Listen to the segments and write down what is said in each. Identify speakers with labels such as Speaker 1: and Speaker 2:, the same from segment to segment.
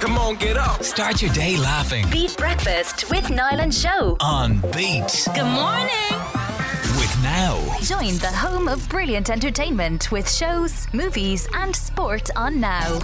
Speaker 1: Come on, get up.
Speaker 2: Start your day laughing
Speaker 3: Beat Breakfast with Niall and Show.
Speaker 2: on Beat
Speaker 3: Good morning.
Speaker 2: with Now.
Speaker 3: Join the home of brilliant entertainment with shows, movies, and sport on Now.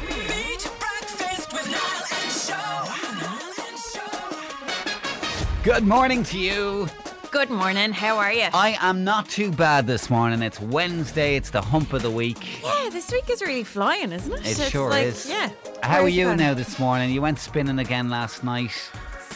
Speaker 4: Beat breakfast with Niall and Show. Niall and Show.
Speaker 5: Good morning to you.
Speaker 6: Good morning. How are you?
Speaker 5: I am not too bad this morning. It's Wednesday. It's the hump of the week.
Speaker 6: Yeah, this week is really flying, isn't it?
Speaker 5: It
Speaker 6: It's
Speaker 5: sure
Speaker 6: like-
Speaker 5: is.
Speaker 6: Yeah.
Speaker 5: How are
Speaker 6: Where's
Speaker 5: you
Speaker 6: it
Speaker 5: now this morning? You went spinning again last night.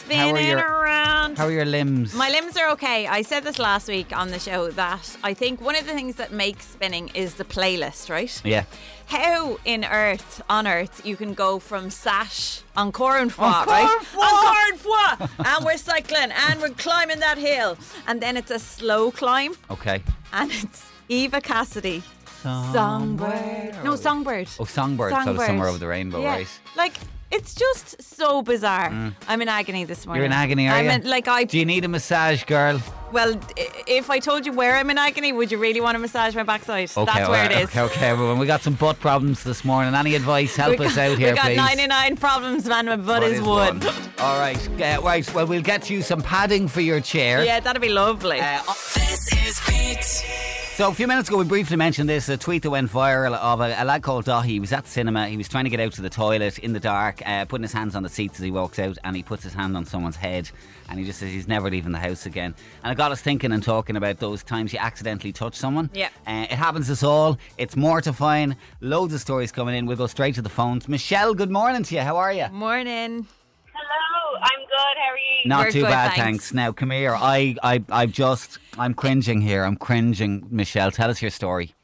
Speaker 5: How are
Speaker 6: Spinning
Speaker 5: your-
Speaker 6: around.
Speaker 5: How are your limbs?
Speaker 6: My limbs are okay. I said this last week on the show that I think one of the things that makes spinning is the playlist, right?
Speaker 5: Yeah.
Speaker 6: How in earth, on earth, you can go from sash on
Speaker 5: On
Speaker 6: Cornfois, right? On Cornfois! and we're cycling and we're climbing that hill. And then it's a slow climb
Speaker 5: Okay.
Speaker 6: and it's Eva Cassidy. Songbird. No, Songbird.
Speaker 5: Oh, Songbird, so the Summer over the Rainbow,
Speaker 6: Yeah.
Speaker 5: right? Mm.
Speaker 6: Like, it's just so bizarre. I'm in agony this morning.
Speaker 5: You're in agony, are
Speaker 6: I'm
Speaker 5: you?
Speaker 6: in- like, I.
Speaker 5: Do you need a massage, girl?
Speaker 6: well, i- if I told you where I'm in agony, would you really want to massage my backside?
Speaker 5: Okay, uh,
Speaker 6: That's where
Speaker 5: all right,
Speaker 6: it is.
Speaker 5: Okay, okay, everyone. We got some butt problems this morning. Any advice? Help
Speaker 6: We
Speaker 5: us
Speaker 6: got-
Speaker 5: out here,
Speaker 6: We got
Speaker 5: please.
Speaker 6: 99 problems, man. My butt,
Speaker 5: What
Speaker 6: is,
Speaker 5: is
Speaker 6: wood.
Speaker 5: one? All right. Uh, right. Well, we'll get you some padding for your chair.
Speaker 6: Yeah, that'd be lovely.
Speaker 5: Uh,
Speaker 4: This is Beat.
Speaker 5: So a few minutes ago, we briefly mentioned this a tweet that went viral of a, a lad called Dahi. He was at the cinema. He was trying to get out to the toilet in the dark, uh, putting his hands on the seats as he walks out, and he puts his hand on someone's head, and he just says he's never leaving the house again. And it got us thinking and talking about those times you accidentally touch someone.
Speaker 6: Yeah.
Speaker 5: Uh, it happens to us all. It's mortifying. Loads of stories coming in. We'll go straight to the phones. Michelle, good morning to you. How are you?
Speaker 6: Morning.
Speaker 7: Hello, I'm good. How are you?
Speaker 5: Not
Speaker 6: We're
Speaker 5: too
Speaker 6: good,
Speaker 5: bad,
Speaker 6: thanks.
Speaker 5: thanks. Now come here. I, I, I just, I'm cringing here. I'm cringing, Michelle. Tell us your story.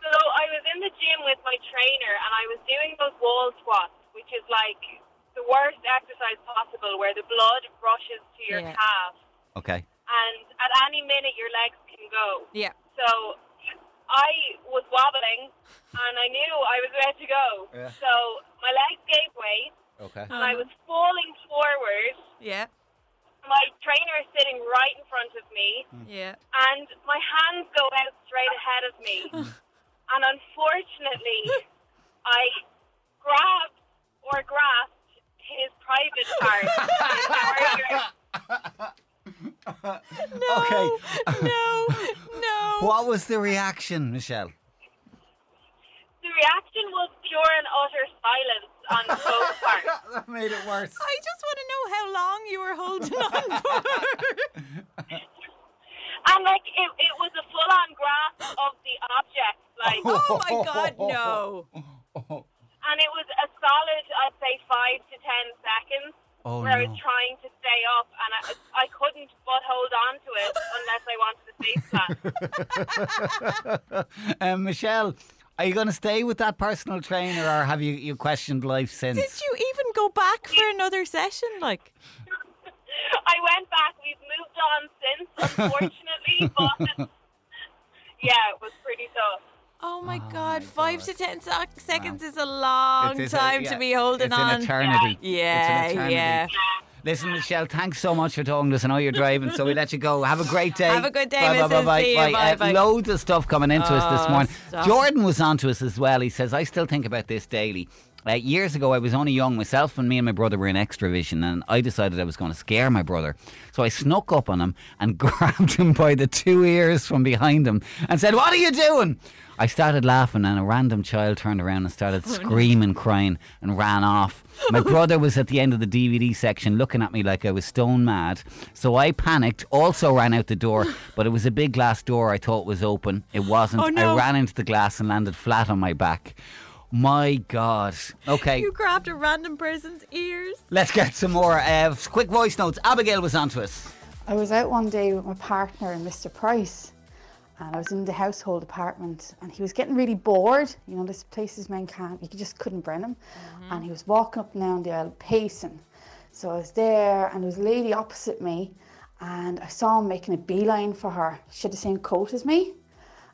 Speaker 7: So I was in the gym with my trainer, and I was doing those wall squats, which is like the worst exercise possible, where the blood rushes to your
Speaker 6: Yeah.
Speaker 7: calf,
Speaker 5: Okay.
Speaker 7: and at any minute your legs can go.
Speaker 6: Yeah.
Speaker 7: So I was wobbling, and I knew I was about to go.
Speaker 5: Yeah.
Speaker 7: So my legs gave way,
Speaker 5: Okay.
Speaker 7: and
Speaker 6: Uh-huh.
Speaker 7: I was falling forward.
Speaker 6: Yeah.
Speaker 7: My trainer is sitting right in front of me.
Speaker 6: Yeah.
Speaker 7: and my hands go out straight ahead of me. and unfortunately, I grabbed or grasped his private part.
Speaker 5: Okay.
Speaker 6: Oh. No. No.
Speaker 5: What was the reaction, Michelle?
Speaker 7: the reaction was pure and utter silence on both parts.
Speaker 5: That made it worse.
Speaker 6: I just want to know how long you were holding on for.
Speaker 7: And like it, it was a full-on grasp of the object, like,
Speaker 6: oh my God, no.
Speaker 7: and it was a solid, I'd say, five to ten seconds.
Speaker 5: Oh,
Speaker 7: where I
Speaker 5: no.
Speaker 7: was trying to stay up, and I, I couldn't but hold on to it unless I wanted to stay flat.
Speaker 5: Um, Michelle, are you going to stay with that personal trainer or have you, you questioned life since?
Speaker 6: Did you even go back for another session? Like,
Speaker 7: I went back. We've moved on since, unfortunately. but yeah, it was pretty tough.
Speaker 6: oh my god, five to ten sec- seconds is a long
Speaker 5: It's- it's a-
Speaker 6: time
Speaker 5: yeah,
Speaker 6: to be holding
Speaker 5: it's
Speaker 6: on.
Speaker 5: An eternity.
Speaker 6: Yeah,
Speaker 5: It's an eternity.
Speaker 6: yeah.
Speaker 5: Listen, Michelle, thanks so much for talking to us. I know you're driving, so we let you go. Have a great day.
Speaker 6: Have a good day,
Speaker 5: Bye, bye, bye,
Speaker 6: Mrs.
Speaker 5: bye,
Speaker 6: See you.
Speaker 5: bye.
Speaker 6: Bye,
Speaker 5: Uh,
Speaker 6: bye.
Speaker 5: Loads of stuff coming into us this
Speaker 6: Oh,
Speaker 5: morning.
Speaker 6: stop.
Speaker 5: Jordan was on to us as well. He says, I still think about this daily. Uh, years ago, I was only young myself, and me and my brother were in Extravision, and I decided I was going to scare my brother. So I snuck up on him and grabbed him by the two ears from behind him and said, What are you doing? I started laughing, and a random child turned around and started
Speaker 6: Oh,
Speaker 5: screaming, crying, and ran off. My brother was at the end of the DVD section looking at me like I was stone mad. So I panicked, also ran out the door, but it was a big glass door I thought was open. It wasn't.
Speaker 6: Oh, no.
Speaker 5: I ran into the glass and landed flat on my back. My God. Okay,
Speaker 6: You grabbed a random person's ears.
Speaker 5: let's get some more uh, quick voice notes. Abigail was onto us.
Speaker 8: I was out one day with my partner and Mr. Price, and I was in the household apartment, and he was getting really bored. You know, this place is man can't, you just couldn't burn him. And he was walking up and down the aisle, pacing. So I was there, and there was a lady opposite me, and I saw him making a beeline for her. She had the same coat as me,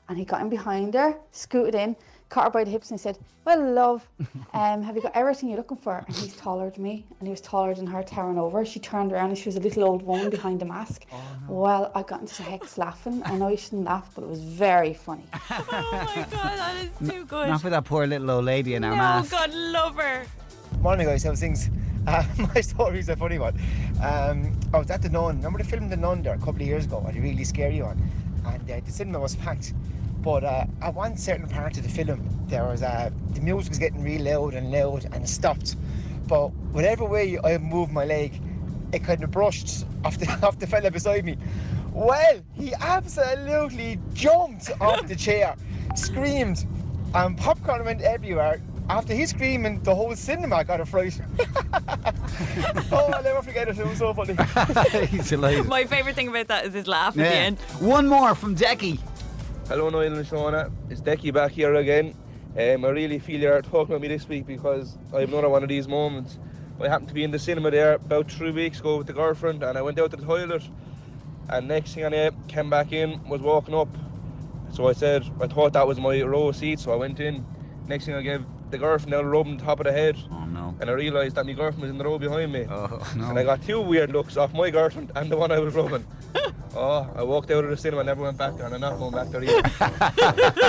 Speaker 8: and he got in behind her, scooted in, caught her by the hips and said, Well, love, um, have you got everything you're looking for? And he's taller than me, and he was taller than her, towering over. She turned around and she was a little old woman behind the mask. Well, I got into hex laughing. I know you shouldn't laugh, but it was very funny.
Speaker 6: Oh my god, that is too good.
Speaker 5: Not for that poor little old lady in her
Speaker 6: oh
Speaker 5: mask.
Speaker 6: god, love her.
Speaker 1: Morning, guys. How's things? Uh, my story's a funny one. Um, I was at the Nun. Remember the film The Nun there a couple of years ago? A really scary one. And uh, the cinema was packed. But uh, at one certain part of the film, there was uh, the music was getting really loud and loud and stopped. But whatever way I moved my leg, it kind of brushed off the off the fella beside me. Well, he absolutely jumped off the chair, screamed, and popcorn went everywhere. After he screaming, the whole cinema got a fright. oh, I'll never forget it. It was so funny.
Speaker 5: He's delighted.
Speaker 6: My favourite thing about that is his laugh at the
Speaker 5: Yeah.
Speaker 6: end.
Speaker 5: One more from Decky.
Speaker 9: Hello, Niall and Shauna. It's Decky back here again. Um, I really feel you're talking about me this week because I have another one of these moments. I happened to be in the cinema there about three weeks ago with the girlfriend, and I went out to the toilet. And next thing I know, came back in, was walking up. So I said, I thought that was my row of seats, so I went in. Next thing I gave the girlfriend a rub on the top of the head,
Speaker 5: Oh no.
Speaker 9: and I realised that my girlfriend was in the row behind me.
Speaker 5: Oh
Speaker 9: And I
Speaker 5: no.
Speaker 9: got two weird looks off my girlfriend and the one I was rubbing. oh, I walked out of the cinema and never went back there, and I'm not going back there either.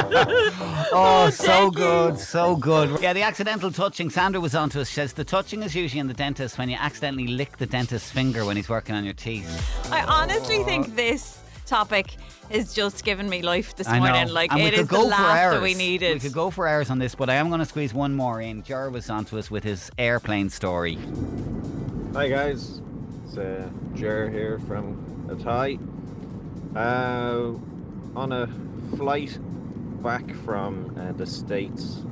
Speaker 5: Oh, so good, so good. Yeah, the accidental touching. Sandra was on to us. She says the touching is usually in the dentist when you accidentally lick the dentist's finger when he's working on your teeth.
Speaker 6: I honestly
Speaker 5: Oh.
Speaker 6: think this topic is just giving me life this
Speaker 5: I know.
Speaker 6: morning. Like
Speaker 5: and we
Speaker 6: it
Speaker 5: could
Speaker 6: is the
Speaker 5: go for
Speaker 6: laugh
Speaker 5: hours.
Speaker 6: that we needed.
Speaker 5: We could go for hours on this, but I am going to squeeze one more in. Jar was on to us with his airplane story.
Speaker 10: Hi guys, it's uh, Jer here from Atai. Uh, on a flight back from uh, the States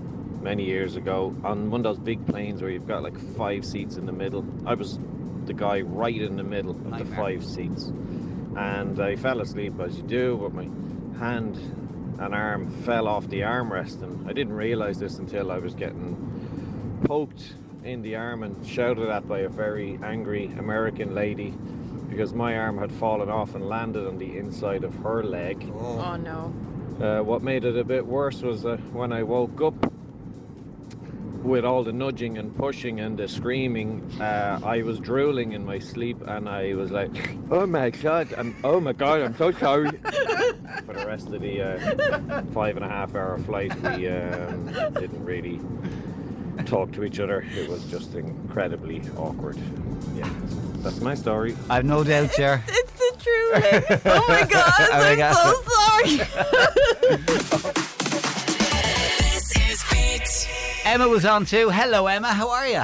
Speaker 10: many years ago, on one of those big planes where you've got like five seats in the middle, I was the guy right in the middle of the
Speaker 5: Nightmare.
Speaker 10: five seats. And I fell asleep as you do, but my hand and arm fell off the armrest. And I didn't realize this until I was getting poked in the arm and shouted at by a very angry American lady because my arm had fallen off and landed on the inside of her leg.
Speaker 6: oh no.
Speaker 10: Uh, what made it a bit worse was uh, when I woke up with all the nudging and pushing and the screaming, uh, I was drooling in my sleep and I was like, oh my god, I'm, oh my god, I'm so sorry. For the rest of the uh, five and a half hour flight, we um, didn't really talk to each other. It was just incredibly awkward. Yeah, that's my story.
Speaker 5: I've no doubt, Jar.
Speaker 6: It's the truth. oh my god, I'm so sorry.
Speaker 4: This is Beat.
Speaker 5: Emma was on too. Hello, Emma. How are you?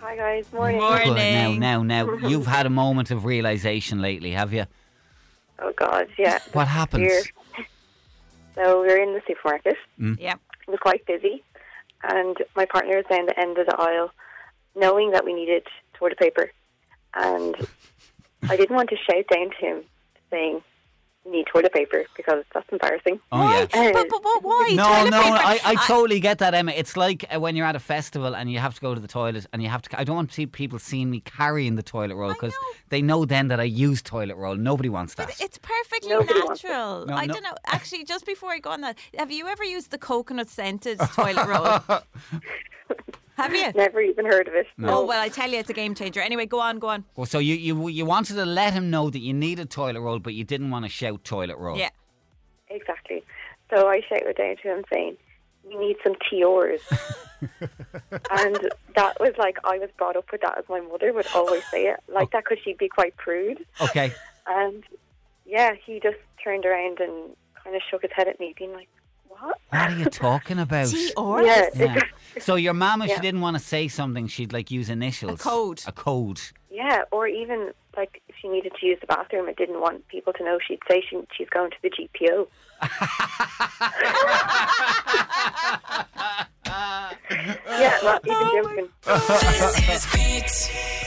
Speaker 7: Hi guys, morning.
Speaker 6: Morning.
Speaker 5: Good. Now, now, now. You've had a moment of realization lately, have you?
Speaker 7: Oh God, yeah.
Speaker 5: What happens?
Speaker 7: Here. So we were in the supermarket.
Speaker 6: yep.
Speaker 7: It was quite busy, and my partner was down the end of the aisle, knowing that we needed toilet paper, and I didn't want to shout down to him saying, "You need toilet paper," because that's embarrassing.
Speaker 5: Oh yeah.
Speaker 6: Why? But, but, but why?
Speaker 5: No,
Speaker 6: Toilet
Speaker 5: no,
Speaker 6: paper.
Speaker 5: I, I totally get that, Emma. It's like uh, when you're at a festival and you have to go to the toilet and you have to. I don't want to see people seeing me carrying the toilet roll because
Speaker 6: know.
Speaker 5: they know then that I use toilet roll. Nobody wants that.
Speaker 6: It's perfectly
Speaker 7: Nobody wants it.
Speaker 6: natural.
Speaker 5: No,
Speaker 6: I
Speaker 5: no.
Speaker 6: don't know. Actually, just before I go on that, have you ever used the coconut scented toilet roll? have you?
Speaker 7: Never even heard of it.
Speaker 6: Oh well, I tell you, it's a game changer. Anyway, go on, go on.
Speaker 5: Well, so you, you you wanted to let him know that you needed toilet roll, but you didn't want to shout toilet roll.
Speaker 6: Yeah.
Speaker 7: Exactly. So I shouted down to him saying, "You need some TRs." and that was like I was brought up with that as my mother would always say it like that because she'd be quite prude.
Speaker 5: Okay.
Speaker 7: And yeah, he just turned around and kind of shook his head at me, being like, "What?"
Speaker 5: What are you talking about?
Speaker 6: Tea
Speaker 7: Yeah,
Speaker 5: Yeah. So your mom, if she
Speaker 7: Yeah.
Speaker 5: didn't want to say something, she'd like use initials.
Speaker 6: code.
Speaker 5: A code.
Speaker 7: yeah. Or even like if she needed to use the bathroom and didn't want people to know, she'd say she, she's going to the GPO. yeah, not even joking.
Speaker 4: This is Beat.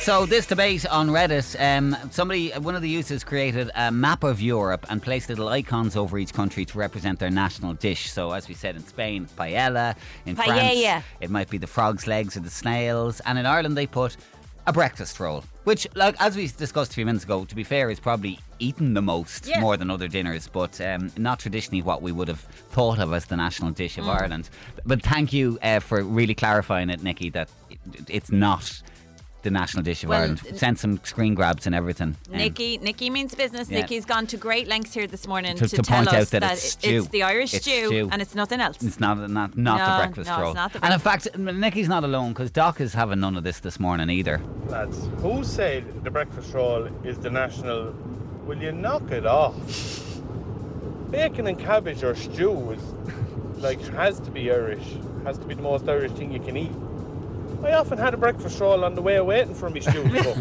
Speaker 5: So this debate on Reddit, um, somebody, one of the users created a map of Europe and placed little icons over each country to represent their national dish. So as we said in Spain, paella. In
Speaker 6: Paella.
Speaker 5: France, it might be the frog's legs or the snails. And in Ireland, they put a breakfast roll, which, like as we discussed a few minutes ago, to be fair, is probably eaten the most
Speaker 6: Yeah.
Speaker 5: more than other dinners, but um, not traditionally what we would have thought of as the national dish of
Speaker 6: Mm.
Speaker 5: Ireland. But thank you uh, for really clarifying it, Nikki, that it, it's not the national dish of
Speaker 6: Well,
Speaker 5: Ireland.
Speaker 6: n-
Speaker 5: Sent some screen grabs and everything. um,
Speaker 6: Nikki, Nikki means business.
Speaker 5: yeah.
Speaker 6: Nikki's gone to great lengths here this morning
Speaker 5: To-
Speaker 6: to,
Speaker 5: to
Speaker 6: tell
Speaker 5: point
Speaker 6: us
Speaker 5: out that it's
Speaker 6: it-
Speaker 5: stew.
Speaker 6: the Irish
Speaker 5: It's
Speaker 6: stew,
Speaker 5: stew.
Speaker 6: and it's nothing else.
Speaker 5: It's not not not
Speaker 6: No,
Speaker 5: the breakfast
Speaker 6: no, it's
Speaker 5: roll.
Speaker 6: not the
Speaker 5: and in fact, M- Nikki's not alone because Doc is having none of this this morning either.
Speaker 11: Lads, who said the breakfast roll is the national? Will you knock it off? Bacon and cabbage or stew is like has to be Irish. Has to be the most Irish thing you can eat. I often had a breakfast roll on the way waiting for me stew to cook.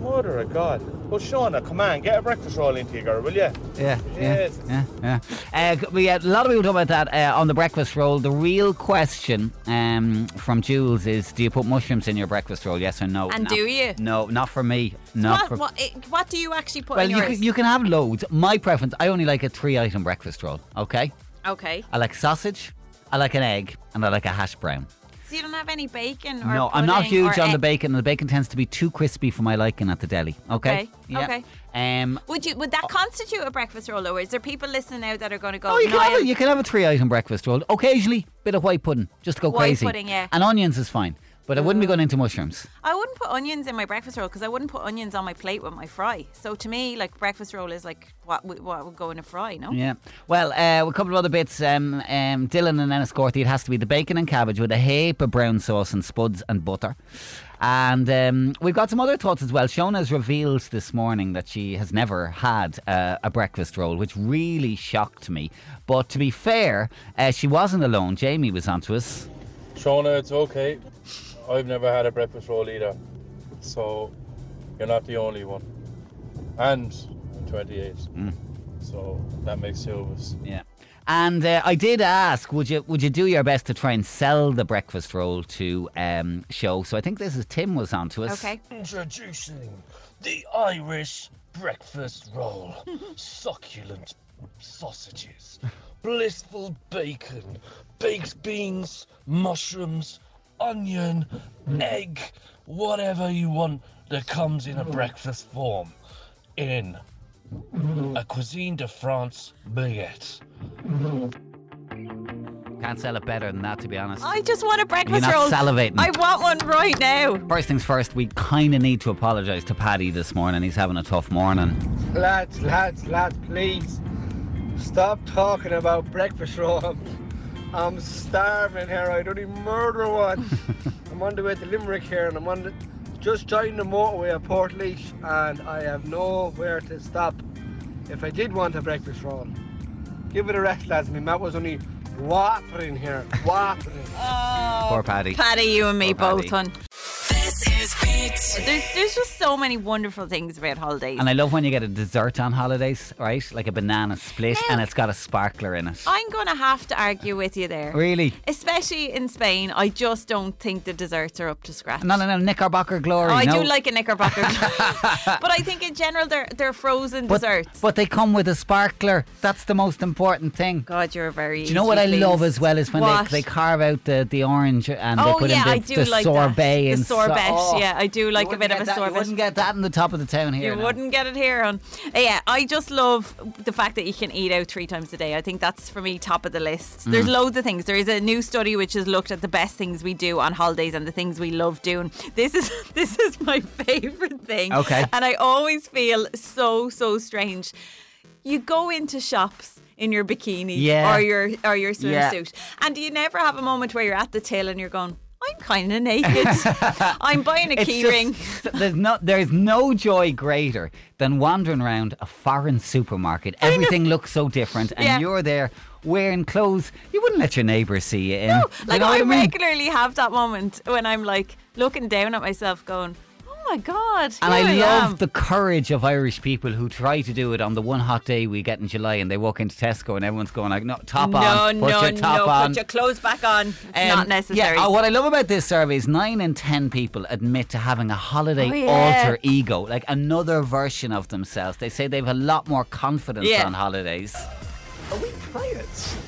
Speaker 11: Mother of God. Well, Shauna, come on, get a breakfast roll into you, girl, will you?
Speaker 5: Yeah, yeah,
Speaker 11: Jesus.
Speaker 5: yeah, yeah. Uh, g- we had a lot of people talk about that uh, on the breakfast roll. The real question um, from Jules is: Do you put mushrooms in your breakfast roll? Yes or no?
Speaker 6: And
Speaker 5: No.
Speaker 6: do you?
Speaker 5: No, not for me. Not
Speaker 6: what,
Speaker 5: for.
Speaker 6: what, it, what do you actually put
Speaker 5: well,
Speaker 6: in
Speaker 5: you
Speaker 6: yours?
Speaker 5: can, you can have loads. My preference: I only like a three-item breakfast roll. Okay,
Speaker 6: okay.
Speaker 5: I like sausage, I like an egg, and I like a hash brown.
Speaker 6: So you don't have any bacon or
Speaker 5: no, I'm not
Speaker 6: pudding or
Speaker 5: huge on
Speaker 6: e-
Speaker 5: the bacon, and the bacon tends to be too crispy for my liking at the deli. Okay.
Speaker 6: Okay, okay.
Speaker 5: Um.
Speaker 6: Would you? Would that constitute a breakfast roll? Or is there people listening now that are going to go?
Speaker 5: Oh, you
Speaker 6: "No,
Speaker 5: can, have
Speaker 6: I-
Speaker 5: a, you can have a three-item breakfast roll. Occasionally, bit of white pudding, just to go
Speaker 6: White
Speaker 5: crazy.
Speaker 6: pudding, yeah.
Speaker 5: And onions is fine, but I wouldn't be going into mushrooms.
Speaker 6: I wouldn't put onions in my breakfast roll because I wouldn't put onions on my plate with my fry. So to me, like breakfast roll is like what we- what would go in a fry, no?
Speaker 5: Yeah. Well, uh, a couple of other bits. Um, um, Dylan and Enniscorthy, it has to be the bacon and cabbage with a heap of brown sauce and spuds and butter. And um, we've got some other thoughts as well. Shona's revealed this morning that she has never had uh, a breakfast roll, which really shocked me. But to be fair, uh, she wasn't alone. Jamie was onto us.
Speaker 11: Shauna, it's okay. I've never had a breakfast roll either, so you're not the only one. And I'm 28, so that makes two of us.
Speaker 5: Yeah. And uh, I did ask, would you would you do your best to try and sell the breakfast roll to um, show? So I think this is Tim was onto us.
Speaker 6: Okay.
Speaker 12: Introducing the Irish breakfast roll. Succulent sausages, blissful bacon, baked beans, mushrooms, onion, egg, whatever you want that comes in a breakfast form. In a cuisine de France baguette.
Speaker 5: Can't sell it better than that, to be honest.
Speaker 6: I just want a breakfast
Speaker 5: You're
Speaker 6: roll.
Speaker 5: not salivating.
Speaker 6: I want one right now.
Speaker 5: First things first, we kind of need to apologise to Paddy this morning. He's having a tough morning.
Speaker 13: Lads, lads, lads, please stop talking about breakfast rolls. I'm starving here. I'd only murder one. I'm on the way to Limerick here, and I'm on the, just joined the motorway at Port and I have nowhere to stop. If I did want a breakfast roll, give it a rest, lads. My mouth was only watering here, watering.
Speaker 5: Poor Paddy.
Speaker 6: Oh, Paddy, you and me
Speaker 5: Poor
Speaker 6: both,
Speaker 5: Paddy.
Speaker 6: hun. There's, there's just so many wonderful things about holidays.
Speaker 5: And I love when you get a dessert on holidays, right? Like a banana split, and it's got a sparkler in it.
Speaker 6: I'm going to have to argue with you there.
Speaker 5: Really?
Speaker 6: Especially in Spain, I just don't think the desserts are up to scratch.
Speaker 5: No, no, no, Knickerbocker glory.
Speaker 6: Oh, I
Speaker 5: no.
Speaker 6: do like a knickerbocker, but I think in general they're they're frozen
Speaker 5: but,
Speaker 6: desserts.
Speaker 5: But they come with a sparkler. That's the most important thing.
Speaker 6: God, you're very.
Speaker 5: Do you know what I love as well is when they,
Speaker 6: What?
Speaker 5: they carve out the, the orange and they
Speaker 6: Oh
Speaker 5: put
Speaker 6: yeah, I
Speaker 5: in the,
Speaker 6: do
Speaker 5: the
Speaker 6: like
Speaker 5: sorbet
Speaker 6: that.
Speaker 5: and
Speaker 6: the sorbet.
Speaker 5: oh.
Speaker 6: yeah, I do like
Speaker 5: You
Speaker 6: a bit of a
Speaker 5: wouldn't get that-
Speaker 6: sorbet.
Speaker 5: You wouldn't get that in the top of the town here.
Speaker 6: You
Speaker 5: now.
Speaker 6: wouldn't get it here on. Uh, Yeah, I just love the fact that you can eat out three times a day. I think that's for me top of the list. There's
Speaker 14: Mm.
Speaker 6: loads of things. There is a new study which has looked at the best things we do on holidays and the things we love doing. This is this is my favorite thing.
Speaker 14: Okay.
Speaker 6: And I always feel so so strange. You go into shops in your bikini
Speaker 14: Yeah.
Speaker 6: or your or your
Speaker 14: Yeah.
Speaker 6: swimsuit, and do you never have a moment where you're at the till and you're going, I'm kind of naked. I'm buying a
Speaker 5: It's
Speaker 6: key
Speaker 5: just-
Speaker 6: ring.
Speaker 5: there's no there's no joy greater than wandering around a foreign supermarket. Everything looks so different, and
Speaker 6: Yeah.
Speaker 5: you're there wearing clothes you wouldn't let your neighbours see you in. No,
Speaker 6: Like I, regularly have that moment when I'm like looking down at myself, going, "Oh my god!"
Speaker 5: And I,
Speaker 6: here
Speaker 5: love
Speaker 6: am."
Speaker 5: the courage of Irish people who try to do it on the one hot day we get in July, and they walk into Tesco and everyone's going like, "No, top
Speaker 6: no,
Speaker 5: on, put
Speaker 6: no,
Speaker 5: your top
Speaker 6: no,
Speaker 5: on,
Speaker 6: put your clothes back on. It's
Speaker 5: Um,
Speaker 6: not necessary.
Speaker 5: Yeah, uh, what I love about this survey is nine in ten people admit to having a holiday
Speaker 6: Oh, yeah.
Speaker 5: alter ego, like another version of themselves. They say they've a lot more confidence
Speaker 15: Yeah.
Speaker 5: on holidays.
Speaker 15: Are we pirates?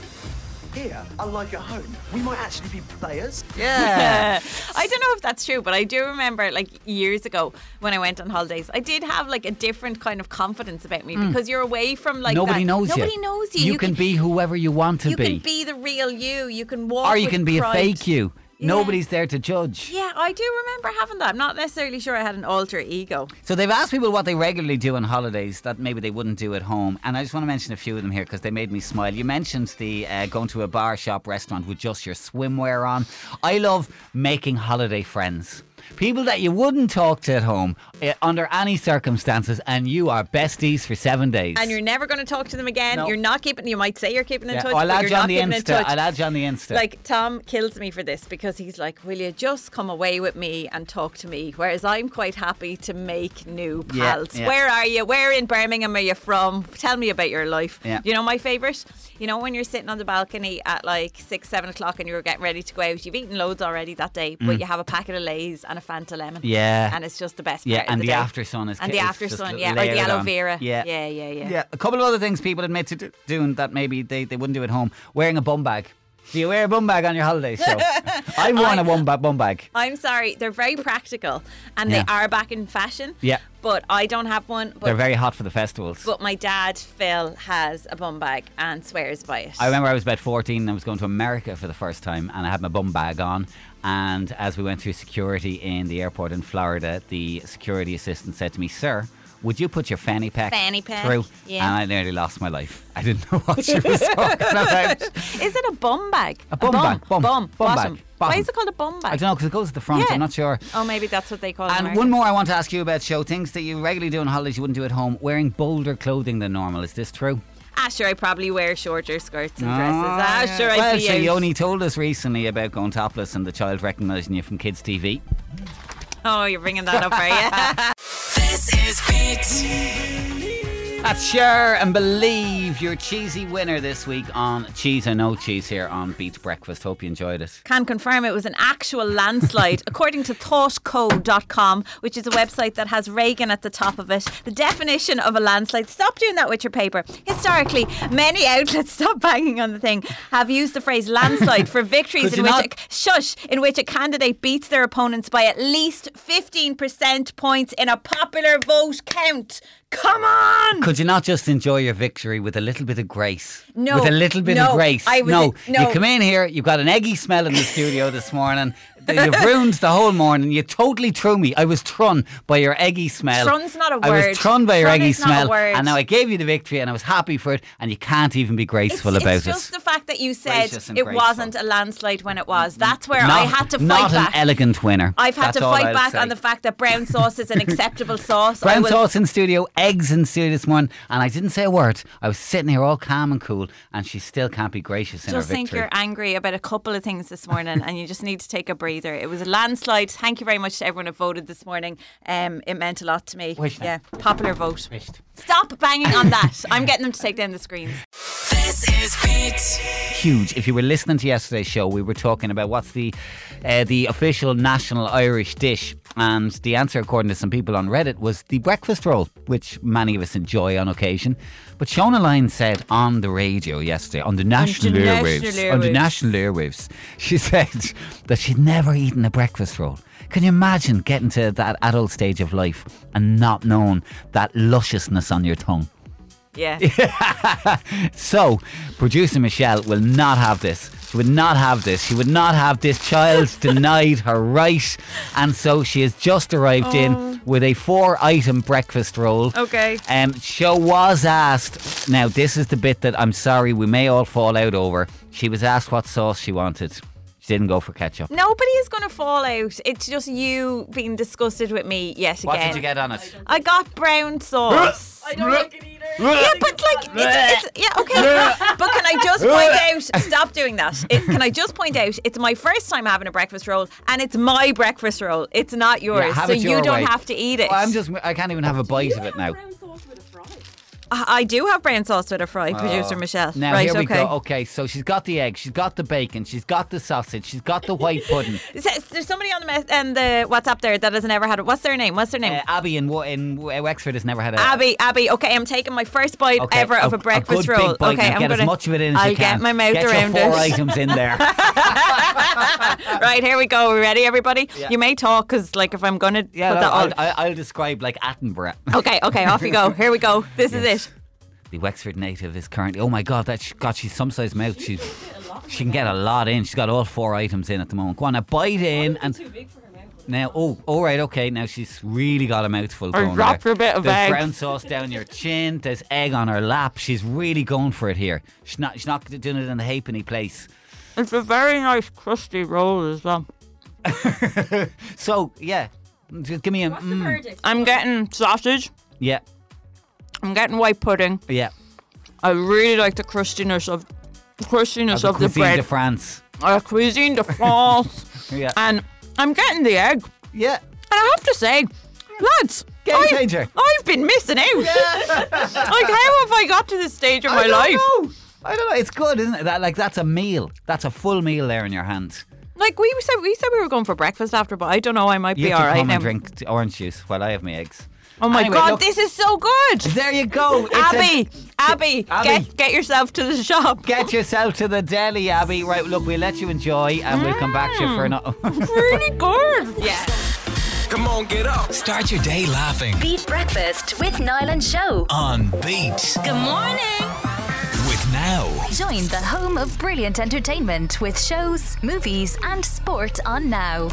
Speaker 14: Here, unlike at home, we might actually be players.
Speaker 6: I don't know if that's true, but I do remember like years ago when I went on holidays, I did have like a different kind of confidence about me
Speaker 5: Mm.
Speaker 6: because you're away from like
Speaker 5: nobody
Speaker 6: that.
Speaker 5: knows you.
Speaker 6: nobody knows you.
Speaker 5: You, can, be whoever you want to
Speaker 6: you
Speaker 5: be,
Speaker 6: can be the real you. You can walk.
Speaker 5: or you
Speaker 6: with
Speaker 5: can be
Speaker 6: pride.
Speaker 5: a fake you.
Speaker 6: Yeah.
Speaker 5: Nobody's there to judge.
Speaker 6: Yeah, I do remember having that. I'm not necessarily sure I had an alter ego.
Speaker 5: So they've asked people what they regularly do on holidays that maybe they wouldn't do at home, and I just want to mention a few of them here because they made me smile. You mentioned the uh, going to a bar, shop, restaurant with just your swimwear on. I love making holiday friends. People that you wouldn't talk to at home eh, under any circumstances, and you are besties for seven days.
Speaker 6: And you're never going to talk to them again.
Speaker 5: No.
Speaker 6: You're not keeping. You might say you're keeping in
Speaker 5: Yeah, Oh,
Speaker 6: touch,
Speaker 5: I'll
Speaker 6: but
Speaker 5: add
Speaker 6: you're
Speaker 5: you on
Speaker 6: not
Speaker 5: the
Speaker 6: keeping in
Speaker 5: Insta.
Speaker 6: touch.
Speaker 5: I'll add you on the Insta.
Speaker 6: Like Tom kills me for this because he's like, "Will you just come away with me and talk to me?" Whereas I'm quite happy to make new
Speaker 5: Yeah,
Speaker 6: pals.
Speaker 5: yeah.
Speaker 6: Where are you? Where in Birmingham are you from? Tell me about your life.
Speaker 5: Yeah.
Speaker 6: You know my favourite. You know when you're sitting on the balcony at like six, seven o'clock, and you're getting ready to go out. You've eaten loads already that day, but
Speaker 5: Mm.
Speaker 6: you have a packet of Lay's and a Fanta lemon.
Speaker 5: Yeah.
Speaker 6: and it's just the best.
Speaker 5: Yeah,
Speaker 6: part of
Speaker 5: and the,
Speaker 6: day.
Speaker 5: after sun is
Speaker 6: and the
Speaker 5: it's
Speaker 6: after
Speaker 5: just
Speaker 6: sun,
Speaker 5: l-
Speaker 6: yeah, or the
Speaker 5: layered
Speaker 6: aloe
Speaker 5: on.
Speaker 6: vera.
Speaker 5: Yeah.
Speaker 6: yeah, yeah, yeah.
Speaker 5: a couple of other things people admit to do, doing that maybe they, they wouldn't do at home. Wearing a bum bag. Do you wear a bum bag on your holidays? So I've worn a bum bag. Bum bag.
Speaker 6: I'm sorry, they're very practical and
Speaker 5: Yeah.
Speaker 6: they are back in fashion.
Speaker 5: Yeah,
Speaker 6: But I don't have one. But,
Speaker 5: they're very hot for the festivals.
Speaker 6: But my dad, Phil, has a bum bag and swears by it.
Speaker 5: I remember I was about 14 and I was going to America for the first time and I had my bum bag on. And as we went through security in the airport in Florida, the security assistant said to me, Sir, would you put your fanny pack,
Speaker 6: Fanny pack,
Speaker 5: through?
Speaker 6: yeah.
Speaker 5: And I nearly lost my life. I didn't know what she was talking about.
Speaker 6: Is it a bum bag?
Speaker 5: A bum bag,
Speaker 6: bum,
Speaker 5: bum, bum
Speaker 6: bottom.
Speaker 5: bag, bottom.
Speaker 6: Why is it called a bum bag?
Speaker 5: I don't know because it goes to the front.
Speaker 6: Yeah.
Speaker 5: I'm not sure.
Speaker 6: Oh, maybe that's what they call it.
Speaker 5: And one more I want to ask you about, show things that you regularly do on holidays you wouldn't do at home. Wearing bolder clothing than normal. Is this true?
Speaker 6: Ah, sure, I probably wear shorter skirts and
Speaker 5: Ah,
Speaker 6: dresses. Ah,
Speaker 5: yeah.
Speaker 6: sure, I
Speaker 5: well,
Speaker 6: be
Speaker 5: so
Speaker 6: out.
Speaker 5: you only told us recently about going topless and the child recognising you from Kids TV.
Speaker 6: Oh, you're bringing that up, are you? this is
Speaker 5: That's Cher and Believe, your cheesy winner this week on Cheese or No Cheese here on Beats Breakfast. Hope you enjoyed it.
Speaker 6: can confirm it was an actual landslide, according to thoughtco.com, which is a website that has Reagan at the top of it. The definition of a landslide, stop doing that with your paper. Historically, many outlets, stop banging on the thing, have used the phrase landslide for victories
Speaker 5: Could
Speaker 6: in which,
Speaker 5: you not-
Speaker 6: a, shush, in which a candidate beats their opponents by at least 15% points in a popular vote count. Come on!
Speaker 5: Could you not just enjoy your victory with a little bit of grace?
Speaker 6: No,
Speaker 5: With a little bit
Speaker 6: no,
Speaker 5: of grace.
Speaker 6: I was-
Speaker 5: no,
Speaker 6: no.
Speaker 5: You come in here, you've got an eggy smell in the studio this morning. that You've ruined the whole morning. You totally threw me. I was trun by your eggy smell.
Speaker 6: Trun's not a
Speaker 5: I
Speaker 6: word.
Speaker 5: was trun by your
Speaker 6: Trun
Speaker 5: eggy
Speaker 6: is not a
Speaker 5: smell.
Speaker 6: word.
Speaker 5: And now I gave you the victory and I was happy for it. And you can't even be graceful
Speaker 6: it's,
Speaker 5: about
Speaker 6: it's
Speaker 5: it.
Speaker 6: just the fact that you said
Speaker 5: Gracious and
Speaker 6: it
Speaker 5: graceful.
Speaker 6: wasn't a landslide when it was. That's where
Speaker 5: not,
Speaker 6: I had to fight
Speaker 5: Not
Speaker 6: back.
Speaker 5: an elegant winner.
Speaker 6: I've had
Speaker 5: That's
Speaker 6: to
Speaker 5: all
Speaker 6: fight
Speaker 5: I'll
Speaker 6: back
Speaker 5: say.
Speaker 6: on the fact that brown sauce is an acceptable sauce. I
Speaker 5: Brown
Speaker 6: will-
Speaker 5: sauce in studio, eggs in studio this morning, and I didn't say a word. I was sitting here all calm and cool, and she still can't be gracious in
Speaker 6: Just
Speaker 5: her
Speaker 6: think
Speaker 5: victory.
Speaker 6: you're angry about a couple of things this morning and you just need to take a breather. It was a landslide. Thank you very much to everyone who voted this morning. Um, it meant a lot to me.
Speaker 5: Wished.
Speaker 6: yeah, popular vote. Stop banging on that. I'm getting them to take down the screens. This is
Speaker 5: Huge. If you were listening to yesterday's show, we were talking about what's the uh, the official national Irish dish, and the answer, according to some people on Reddit, was the breakfast roll, which many of us enjoy on occasion. But Shona Lyne said on the radio yesterday, on the national,
Speaker 15: national
Speaker 5: airwaves, on the
Speaker 15: airwaves.
Speaker 5: national airwaves, she said that she'd never eaten a breakfast roll. Can you imagine getting to that adult stage of life and not knowing that lusciousness on your tongue?
Speaker 6: Yeah.
Speaker 5: So, producer Michelle will not have this. She would not have this. She would not have this child denied her right. And so she has just arrived
Speaker 6: Oh.
Speaker 5: in with a four item breakfast roll.
Speaker 6: Okay.
Speaker 5: Um, show was asked. Now, this is the bit that I'm sorry we may all fall out over. She was asked what sauce she wanted. She didn't go for ketchup.
Speaker 6: Nobody is going to fall out. It's just you being disgusted with me yet
Speaker 5: What
Speaker 6: again.
Speaker 5: did you get on it?
Speaker 6: I got brown sauce. I don't like it either. Yeah, but like, it's, it's, yeah, okay. but can I just point out? Stop doing that. It, can I just point out? It's my first time having a breakfast roll, and it's my breakfast roll. It's not yours,
Speaker 5: Yeah, have
Speaker 6: so
Speaker 5: it your
Speaker 6: you don't
Speaker 5: way.
Speaker 6: have to eat it.
Speaker 5: Well, I'm just. I can't even have a bite of it now.
Speaker 6: I I do have brown sauce with a fry, producer Michelle.
Speaker 5: Oh. Now
Speaker 6: right,
Speaker 5: here we
Speaker 6: okay.
Speaker 5: go. Oh. Okay, so she's got the egg, she's got the bacon, she's got the sausage, she's got the white pudding.
Speaker 6: Is that- There's somebody on the mess and the WhatsApp there that has never had it. What's their name? What's their name?
Speaker 5: Uh, Abby in Wa- in Wa- Wexford has never had a.
Speaker 6: Abby, Abby. Okay, I'm taking my first bite
Speaker 5: Okay,
Speaker 6: ever of a breakfast
Speaker 5: good
Speaker 6: roll.
Speaker 5: Big bite
Speaker 6: okay,
Speaker 5: now.
Speaker 6: I'm
Speaker 5: get
Speaker 6: gonna
Speaker 5: as much of it in as
Speaker 6: I'll
Speaker 5: you can.
Speaker 6: get my mouth
Speaker 5: Get
Speaker 6: around
Speaker 5: your four
Speaker 6: it.
Speaker 5: items in there.
Speaker 6: right, here we go. Are we ready, everybody?
Speaker 5: Yeah.
Speaker 6: You may talk because, like, if I'm gonna
Speaker 5: yeah,
Speaker 6: put
Speaker 5: no,
Speaker 6: that
Speaker 5: I'll,
Speaker 6: on.
Speaker 5: I- I'll describe like Attenborough.
Speaker 6: Okay, okay, off you go. Here we go. This is it.
Speaker 5: The Wexford native is currently. Oh my God, that she, God, she's some size mouth. She, she can get a lot in. She's got all four items in at the moment. Go on, now bite in and. Now, oh, all right, okay. Now she's really got a mouthful
Speaker 6: I
Speaker 5: going.
Speaker 6: dropped
Speaker 5: there.
Speaker 6: a bit of
Speaker 5: Oh, There's
Speaker 6: egg.
Speaker 5: brown sauce down your chin. There's egg on her lap. She's really going for it here. She's not. She's not doing it in the halfpenny place.
Speaker 6: It's a very nice crusty roll as well.
Speaker 5: So yeah, just give me a. mm,
Speaker 6: I'm getting sausage.
Speaker 5: Yeah,
Speaker 6: I'm getting white pudding.
Speaker 5: yeah.
Speaker 6: I really like the crustiness of crustiness of, the,
Speaker 5: cuisine
Speaker 6: bread.
Speaker 5: de France.
Speaker 6: uh, cuisine de France.
Speaker 5: Yeah.
Speaker 6: And I'm getting the egg.
Speaker 5: Yeah. And
Speaker 6: I have to say, lads,
Speaker 5: Game
Speaker 6: I've,
Speaker 5: changer.
Speaker 6: I've been missing out. like, how have I got to this stage of my
Speaker 5: I don't
Speaker 6: life?
Speaker 5: know. I don't know. It's good, isn't it? That like that's a meal. That's a full meal there in your hands.
Speaker 6: Like we said, we said we were going for breakfast after, but I don't know. I might
Speaker 5: You
Speaker 6: be
Speaker 5: have
Speaker 6: all
Speaker 5: to
Speaker 6: right
Speaker 5: come
Speaker 6: now.
Speaker 5: and drink t- orange juice while I have my eggs.
Speaker 6: Oh my
Speaker 5: Anyway,
Speaker 6: god,
Speaker 5: look-
Speaker 6: this is so good!
Speaker 5: There you go, It's a-
Speaker 6: Abby, Abby,
Speaker 5: Abby.
Speaker 6: get get yourself to the shop.
Speaker 5: Get yourself to the deli, Abby. Right, look, we'll let you enjoy and we'll come back to you for
Speaker 6: Mm.
Speaker 5: another.
Speaker 6: really good. Yeah.
Speaker 2: Come on, get up. Start your day laughing
Speaker 3: Beat Breakfast with Niall and Show.
Speaker 2: on Beat
Speaker 3: Good morning.
Speaker 2: with Now.
Speaker 3: Join the home of brilliant entertainment with shows, movies, and sport on Now.